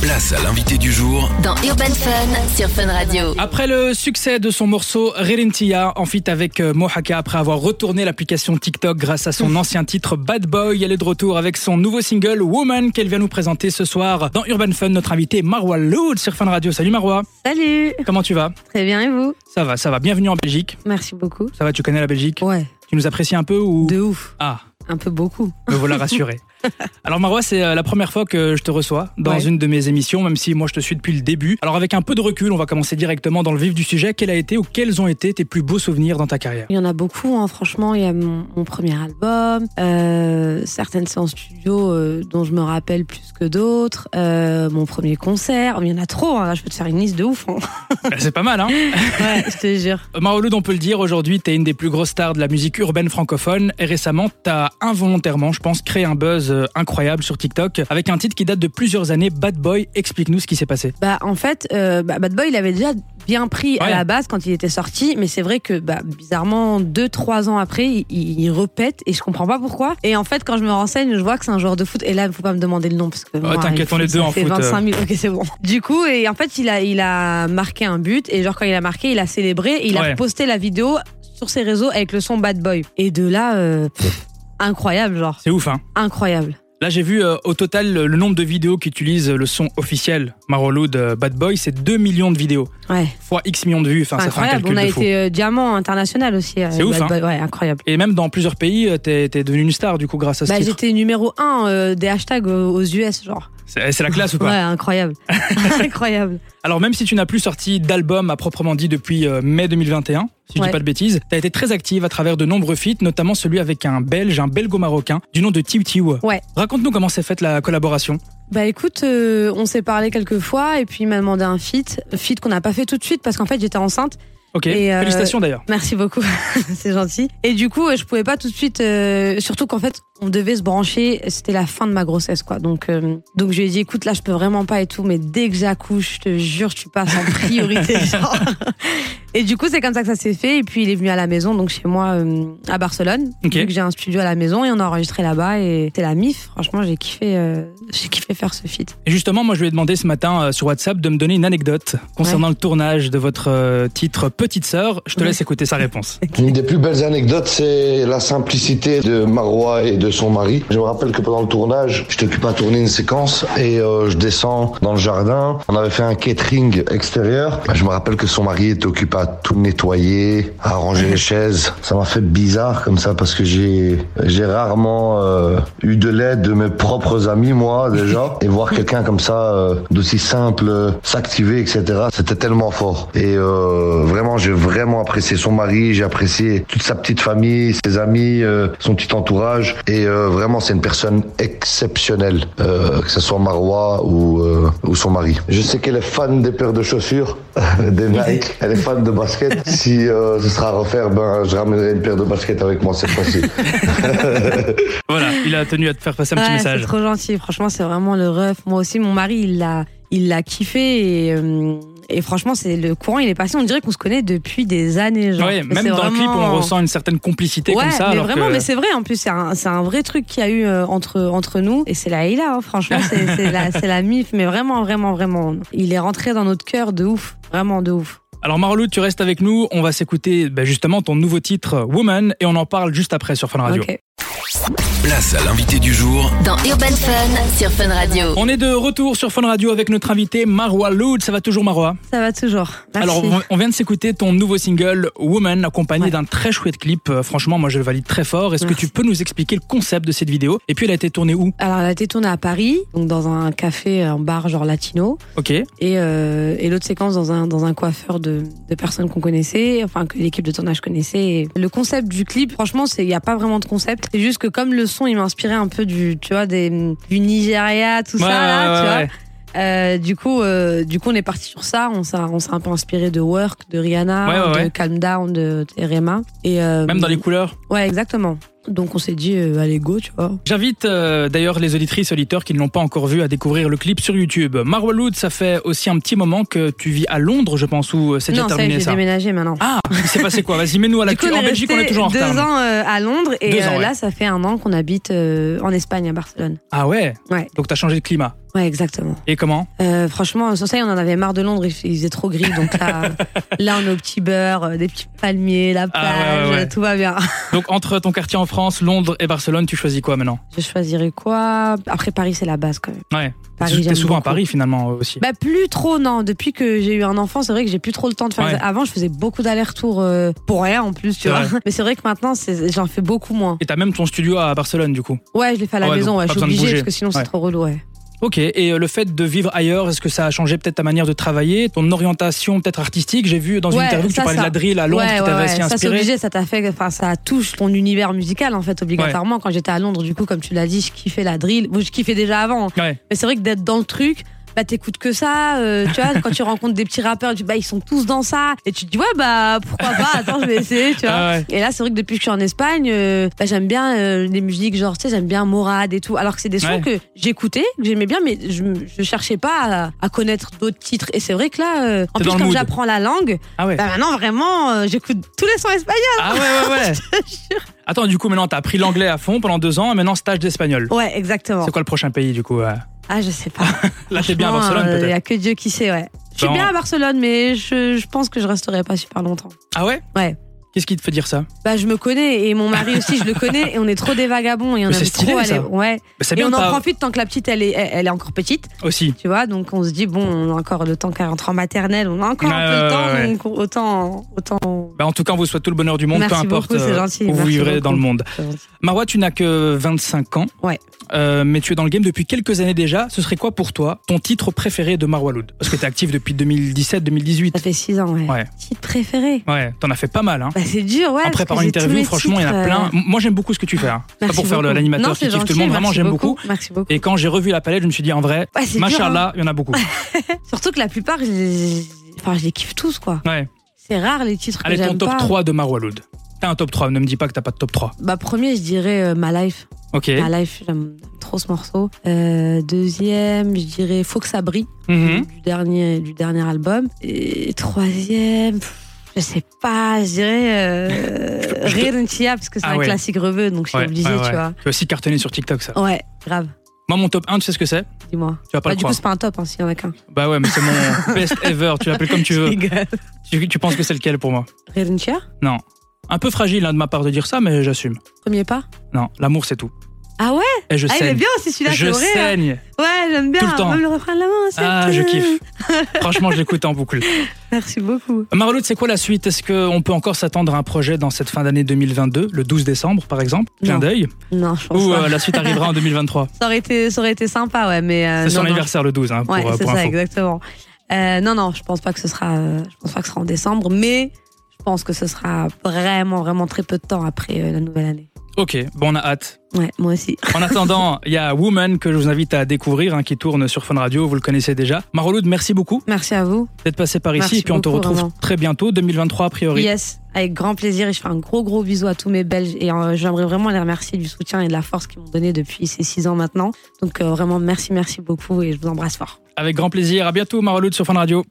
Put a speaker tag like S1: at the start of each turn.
S1: place à l'invité du jour
S2: Dans Urban Fun sur Fun Radio.
S3: Après le succès de son morceau Ririntia, en fit avec euh, Mohaka après avoir retourné l'application TikTok grâce à son ancien titre Bad Boy, elle est de retour avec son nouveau single Woman qu'elle vient nous présenter ce soir dans Urban Fun. Notre invité Marwa Loud sur Fun Radio. Salut Marwa,
S4: Salut
S3: comment tu vas
S4: Très bien, et vous
S3: Ça va, ça va. Bienvenue en Belgique.
S4: Merci beaucoup.
S3: Ça va, tu connais la Belgique
S4: Ouais,
S3: Tu nous apprécies un peu ou
S4: de ouf.
S3: Ah,
S4: Un peu beaucoup.
S3: me voilà rassuré. Alors Marwa, c'est euh, la première fois que je te reçois dans
S4: Ouais.
S3: une de mes émissions, même si moi je te suis depuis le début. Alors avec un peu de recul, on va commencer directement dans le vif du sujet. Quel a été ou quels ont été tes plus beaux souvenirs dans ta carrière
S4: Il y en a beaucoup, hein, franchement. Il y a mon, mon premier album, euh, certaines séances studio euh, dont je me rappelle plus que d'autres, euh, mon premier concert. Il y en a trop, hein, je peux te faire une liste de ouf. hein.
S3: Bah, C'est pas mal, hein
S4: Ouais, je te jure.
S3: Maouloud, Euh, on peut le dire, aujourd'hui, t'es une des plus grosses stars de la musique urbaine francophone. Et récemment, t'as involontairement, je pense, créé un buzz euh, incroyable sur TikTok avec un titre qui date de plusieurs années, Bad Boy. Explique-nous ce qui s'est passé.
S4: Bah, en fait, euh, bah, Bad Boy, il avait déjà bien pris à
S3: Ouais.
S4: la base quand il était sorti, mais c'est vrai que, bah, bizarrement, deux, trois ans après, il, il- il repète et je comprends pas pourquoi. Et en fait, quand je me renseigne, je vois que c'est un joueur de foot. Et là, faut pas me demander le nom parce que. moi,
S3: t'inquiète,
S4: le
S3: on est
S4: ça
S3: deux en
S4: fait
S3: foot, euh.
S4: 25 000, ok, c'est bon. Du coup, et en fait, il a, il a marqué un but et, genre, quand il a marqué, il a célébré et il
S3: Ouais.
S4: a posté la vidéo sur ses réseaux avec le son Bad Boy. Et de là, euh, pff, incroyable, genre,
S3: C'est ouf, hein
S4: incroyable.
S3: Là, j'ai vu euh, au total le le nombre de vidéos qui utilisent le son officiel Maouloud euh, Bad Boy, c'est 2 millions de vidéos,
S4: Ouais,
S3: fois X millions de vues, enfin, ça fait un
S4: incroyable.
S3: calcul
S4: On a
S3: de fou.
S4: été euh, diamant international aussi. euh,
S3: C'est ouf,
S4: Bad
S3: hein.
S4: Boy. Ouais, incroyable.
S3: Et même dans plusieurs pays, euh, t'es t'es devenu une star, du coup, grâce à ce
S4: Bah,
S3: titre.
S4: j'étais numéro 1 des hashtags euh, aux US, genre.
S3: C'est c'est la classe ou pas
S4: Ouais, incroyable. incroyable.
S3: Alors même si tu n'as plus sorti d'album à proprement dit depuis euh, mai 2021, si je dis
S4: Ouais.
S3: pas de bêtises, t'as été très active à travers de nombreux feats, notamment celui avec un Belge, un Belgo-Marocain, du nom de Tiu Tiu.
S4: Ouais.
S3: Raconte-nous comment s'est faite la collaboration.
S4: Bah écoute, euh, on s'est parlé quelques fois et puis il m'a demandé un feat. Feat qu'on n'a pas fait tout de suite parce qu'en fait j'étais enceinte.
S3: Ok.
S4: Et, euh,
S3: Félicitations d'ailleurs.
S4: Merci beaucoup, c'est gentil. Et du coup, euh, je pouvais pas tout de suite, euh, surtout qu'en fait, on devait se brancher. C'était la fin de ma grossesse, quoi. Donc, euh, donc je lui ai dit, écoute, là, je peux vraiment pas et tout, mais dès que j'accouche, je te jure, tu passes en priorité. genre. Et du coup, c'est comme ça que ça s'est fait. Et puis, il est venu à la maison, donc chez moi, euh, à Barcelone.
S3: Ok.
S4: Vu que j'ai un studio à la maison et on a enregistré là-bas. Et c'est la mif. Franchement, j'ai kiffé, euh, j'ai kiffé faire ce feat.
S3: Et justement, moi je lui ai demandé ce matin euh, sur WhatsApp de me donner une anecdote concernant le tournage de votre euh, titre Petite Sœur. Je te
S4: Ouais.
S3: laisse écouter sa réponse.
S5: Une des plus belles anecdotes, c'est la simplicité de Marois et de son mari. Je me rappelle que pendant le tournage, je t'occupe à tourner une séquence et euh, je descends dans le jardin. On avait fait un catering extérieur. Bah, Je me rappelle que son mari était occupé à tout nettoyer, à ranger les chaises. Ça m'a fait bizarre comme ça parce que j'ai j'ai rarement euh, eu de l'aide de mes propres amis, moi déjà. Et voir quelqu'un comme ça, euh, d'aussi simple, euh, s'activer, etc., c'était tellement fort. Et euh, vraiment, j'ai vraiment apprécié son mari, j'ai apprécié toute sa petite famille, ses amis, euh, son petit entourage. Et euh, vraiment, c'est une personne exceptionnelle, euh, que ce soit Marois ou, euh, ou son mari. Je sais qu'elle est fan des paires de chaussures, des Nike, elle est fan de basket. Si euh, ce sera à refaire, ben, je ramènerai une paire de baskets avec moi cette fois-ci.
S3: Voilà, il a tenu à te faire passer un petit
S4: Ouais,
S3: message.
S4: C'est trop gentil. Franchement, c'est vraiment le ref. Moi aussi, mon mari, il l'a, il l'a kiffé et. euh, et franchement, c'est le courant, il est passé. On dirait qu'on se connaît depuis des années. Genre.
S3: Ouais,
S4: C'est
S3: même dans le clip,
S4: vraiment-
S3: on ressent une certaine complicité
S4: ouais,
S3: comme ça.
S4: mais
S3: alors
S4: vraiment,
S3: que...
S4: mais c'est vrai. En plus, c'est un, c'est un vrai truc qu'il y a eu euh, entre, entre nous. Et c'est la Hila, hein, franchement, c'est, c'est la, c'est la mif. Mais vraiment, vraiment, vraiment. Il est rentré dans notre cœur de ouf. Vraiment de ouf.
S3: Alors Marlou, tu restes avec nous, on va s'écouter bah, justement ton nouveau titre euh, Woman et on en parle juste après sur Fun Radio.
S4: Ok.
S1: Place à l'invité du jour
S2: Dans Urban Fun sur Fun Radio.
S3: On est de retour sur Fun Radio avec notre invité Marwa Loud, ça va toujours Marwa
S4: Ça va toujours. Merci.
S3: Alors on- on vient de s'écouter ton nouveau single Woman accompagné
S4: Ouais.
S3: d'un très chouette clip, Euh, franchement moi je le valide très fort. Est-ce que
S4: Merci.
S3: tu peux nous expliquer le concept de cette vidéo Et puis elle a été tournée où
S4: Alors, elle a été tournée à Paris, donc dans un café, un bar genre latino.
S3: Ok,
S4: et, euh, et l'autre séquence dans un, dans un coiffeur de, de personnes qu'on connaissait, enfin que l'équipe de tournage connaissait. Et le concept du clip, franchement, c'est il n'y a pas vraiment de concept. C'est juste que comme le son, il m'inspirait un peu du, tu vois, des, du Nigeria, tout ça,
S3: Ouais,
S4: là,
S3: ouais,
S4: tu
S3: ouais,
S4: vois.
S3: ouais.
S4: Euh, du coup, euh, du coup, on est parti sur ça. On s'est, on s'est un peu inspiré de Work, de Rihanna,
S3: Ouais, ouais,
S4: de
S3: ouais.
S4: Calm Down, de Rema. Et euh,
S3: même dans les couleurs.
S4: Ouais, exactement. Donc on s'est dit, euh, allez go, tu vois.
S3: J'invite euh, d'ailleurs les auditrices auditeurs qui ne l'ont pas encore vu à découvrir le clip sur YouTube. Marwa Loud, ça fait aussi un petit moment que tu vis à Londres, je pense, où euh, c'est déjà
S4: non, ça y est,
S3: terminé
S4: j'ai
S3: ça.
S4: déménagé maintenant.
S3: Ah, il s'est passé quoi Vas-y, mets-nous à
S4: Du coup,
S3: l'actu.
S4: on
S3: En
S4: est
S3: Belgique, on
S4: resté
S3: est toujours en
S4: deux
S3: retard. nous.
S4: ans euh, à Londres et
S3: Deux ans,
S4: euh,
S3: ouais.
S4: là, ça fait un an qu'on habite euh, en Espagne, à Barcelone.
S3: Ah ouais
S4: Ouais.
S3: Donc t'as changé de climat.
S4: Ouais, exactement.
S3: Et comment
S4: Euh, franchement, sans ça, on en avait marre de Londres, il f- il faisait trop gris. Donc là, là on est au petit beurre, euh, des petits palmiers, la plage,
S3: Ah ouais, ouais, ouais.
S4: tout va bien.
S3: Donc entre ton quartier en France, Londres et Barcelone, tu choisis quoi maintenant
S4: Je choisirais quoi Après, Paris, c'est la base quand même.
S3: Ouais.
S4: Paris,
S3: T'es
S4: j'aime
S3: souvent à
S4: beaucoup.
S3: Paris finalement euh, aussi.
S4: Bah, plus trop, non. Depuis que j'ai eu un enfant, c'est vrai que j'ai plus trop le temps de faire.
S3: Ouais.
S4: Avant, je faisais beaucoup d'allers-retours euh, pour rien en plus,
S3: C'est
S4: tu vois.
S3: vrai.
S4: Mais c'est vrai que maintenant, c'est- j'en fais beaucoup moins.
S3: Et t'as même ton studio à Barcelone du coup.
S4: Ouais, je l'ai fait à la
S3: Ah ouais,
S4: maison,
S3: donc
S4: ouais,
S3: pas
S4: je suis
S3: besoin de
S4: obligée
S3: bouger.
S4: parce que sinon,
S3: Ouais.
S4: c'est trop relou, ouais.
S3: Ok, et euh, le fait de vivre ailleurs, est-ce que ça a changé peut-être ta manière de travailler, ton orientation peut-être artistique J'ai vu dans une
S4: Ouais,
S3: interview que tu
S4: ça,
S3: parlais de
S4: ça.
S3: la drill à Londres,
S4: Ouais,
S3: qui
S4: ouais,
S3: t'avait
S4: ouais.
S3: assez
S4: Ça, c'est
S3: inspiré.
S4: obligé, ça t'a fait, enfin, ça touche ton univers musical, en fait, obligatoirement. Quand j'étais à Londres, du coup, comme tu l'as dit, je kiffais la drill. Bon, je kiffais déjà avant. hein.
S3: Ouais.
S4: Mais c'est vrai que d'être dans le truc, bah, t'écoutes que ça, euh, tu vois, quand tu rencontres des petits rappeurs, tu, bah, ils sont tous dans ça. Et tu te dis, ouais, bah, pourquoi pas, attends, je vais essayer, tu vois.
S3: Ah ouais.
S4: Et là, c'est vrai que depuis que je suis en Espagne, euh, bah, j'aime bien euh, les musiques, genre, tu sais, j'aime bien Morad et tout. Alors que c'est des sons
S3: Ouais.
S4: que j'écoutais, que j'aimais bien, mais je, je cherchais pas à, à connaître d'autres titres. Et c'est vrai que là, euh, en
S3: T'es
S4: plus,
S3: dans le
S4: comme
S3: mood.
S4: j'apprends la langue,
S3: Ah ouais.
S4: bah maintenant, vraiment, euh, j'écoute tous les sons espagnols.
S3: Ah ouais, ouais, ouais. Attends, du coup, maintenant, t'as appris l'anglais à fond pendant deux ans, et maintenant, stage d'espagnol.
S4: Ouais, exactement.
S3: C'est quoi le prochain pays, du coup euh
S4: Ah, je sais pas.
S3: Là, t'es bien à
S4: Franchement,
S3: Barcelone,
S4: euh, y
S3: peut-être.
S4: a que Dieu qui sait, ouais. Je suis
S3: Dans-
S4: bien à Barcelone, mais je, je pense que je resterai pas super longtemps.
S3: Ah ouais
S4: Ouais.
S3: Qu'est-ce qui te fait dire ça
S4: Bah, je me connais et mon mari aussi, je le connais et on est trop des vagabonds et on
S3: Mais
S4: aime
S3: c'est stylé,
S4: trop aller.
S3: ça.
S4: Ouais.
S3: Bah, C'est
S4: Et
S3: bien,
S4: on en
S3: t'as-
S4: profite tant que la petite, elle est, elle, elle est encore petite,
S3: aussi.
S4: tu vois. Donc on se dit, bon, on a encore le temps qu'elle rentre en maternelle, on a encore un
S3: Ouais,
S4: peu
S3: ouais,
S4: le temps,
S3: ouais, ouais.
S4: donc autant. autant...
S3: Bah, en tout cas, on vous souhaite tout le bonheur du monde,
S4: Merci
S3: peu importe
S4: beaucoup, c'est
S3: euh,
S4: gentil,
S3: où vous
S4: merci
S3: vivrez
S4: beaucoup.
S3: dans le monde. Marois, tu n'as que 25 ans.
S4: Ouais.
S3: Euh, mais tu es dans le game depuis quelques années déjà. Ce serait quoi pour toi ton titre préféré de Marois Loud Parce que t'es actif depuis 2017-2018.
S4: Ça fait 6 ans, ouais.
S3: Ouais.
S4: Petite préférée.
S3: Ouais, t'en as fait pas mal. Hein.
S4: Bah, c'est dur, ouais.
S3: en
S4: parce
S3: préparant
S4: que j'ai tous
S3: l'interview,
S4: mes
S3: franchement, il y en a
S4: titres,
S3: plein.
S4: euh,
S3: M- Moi, j'aime beaucoup ce que tu fais. hein. C'est pas
S4: Merci
S3: pour faire le-
S4: beaucoup.
S3: l'animateur
S4: Non,
S3: qui
S4: c'est
S3: kiffe tout
S4: gentil,
S3: le monde. Vraiment,
S4: merci
S3: j'aime beaucoup.
S4: Merci beaucoup.
S3: Et quand j'ai revu la palette, je me suis dit, en vrai,
S4: Ouais, c'est dur, hein.
S3: machallah, il y en a beaucoup.
S4: Surtout que la plupart, je les, enfin, je les kiffe tous, quoi.
S3: Ouais.
S4: C'est rare les titres que
S3: Allez, ton
S4: j'aime
S3: top
S4: pas.
S3: 3 de Marois Loud. T'as un top 3, ne me dis pas que t'as pas de top 3.
S4: Bah, premier, je dirais euh, My Life.
S3: Ok.
S4: My Life, j'aime trop ce morceau. Euh, deuxième, je dirais Faut que ça brille,
S3: Mhm.
S4: du, dernier, du dernier album. Et troisième, pff, je sais pas, je dirais euh,
S3: Je te-
S4: Redentia, parce que c'est
S3: Ah
S4: un
S3: ouais.
S4: classique reveux, donc je suis
S3: Ouais,
S4: obligée,
S3: ouais, ouais.
S4: tu vois.
S3: Tu as aussi cartonné sur TikTok, ça.
S4: Ouais, grave,
S3: Moi, mon top 1, tu sais ce que c'est
S4: dis-moi.
S3: Tu vas pas
S4: Bah,
S3: le
S4: du coup,
S3: croire.
S4: c'est pas un top, hein, s'il y en a qu'un.
S3: bah ouais, mais c'est mon best ever. Tu l'appelles comme tu veux. Tu, tu penses que c'est lequel pour moi
S4: Redentia,
S3: Non. Un peu fragile hein, de ma part de dire ça, mais j'assume.
S4: premier pas.
S3: Non, l'amour, c'est tout.
S4: Ah ouais
S3: Et je
S4: Ah, il est
S3: saigne.
S4: bien aussi celui-là,
S3: je
S4: c'est vrai. hein.
S3: saigne.
S4: Ouais, j'aime bien.
S3: Tout le temps.
S4: Même le refrain de la main, c'est
S3: Ah, je kiffe. Franchement, je l'écoute en boucle.
S4: Merci beaucoup.
S3: Marlotte, c'est quoi la suite Est-ce qu'on peut encore s'attendre à un projet dans cette fin d'année 2022, le 12 décembre par exemple Clin
S4: Non.
S3: d'œil
S4: Non, je pense
S3: Ou
S4: pas.
S3: euh, la suite arrivera en 2023
S4: Ça, aurait été, ça aurait été sympa, ouais, mais. euh,
S3: C'est son
S4: non, non,
S3: anniversaire le 12, hein, pour,
S4: Ouais,
S3: euh,
S4: c'est
S3: pour
S4: ça,
S3: info.
S4: exactement. Euh, non, non, je pense pas que ce sera, euh, je pense pas que ce sera en décembre, mais je pense que ce sera vraiment, vraiment très peu de temps après euh, la nouvelle année.
S3: Ok, bon, on a hâte.
S4: Ouais, moi aussi.
S3: En attendant, il y a Woman que je vous invite à découvrir, hein, qui tourne sur Fun Radio, vous le connaissez déjà. Marlotte, merci beaucoup
S4: Merci à vous.
S3: d'être passé par
S4: Merci
S3: ici, et puis on te
S4: beaucoup,
S3: retrouve
S4: vraiment.
S3: très bientôt, 2023 a priori.
S4: Yes, avec grand plaisir et je fais un gros, gros bisou à tous mes Belges et euh, j'aimerais vraiment les remercier du soutien et de la force qu'ils m'ont donné depuis ces six ans maintenant. Donc euh, vraiment, merci, merci beaucoup et je vous embrasse fort.
S3: Avec grand plaisir, à bientôt Marlotte sur Fun Radio.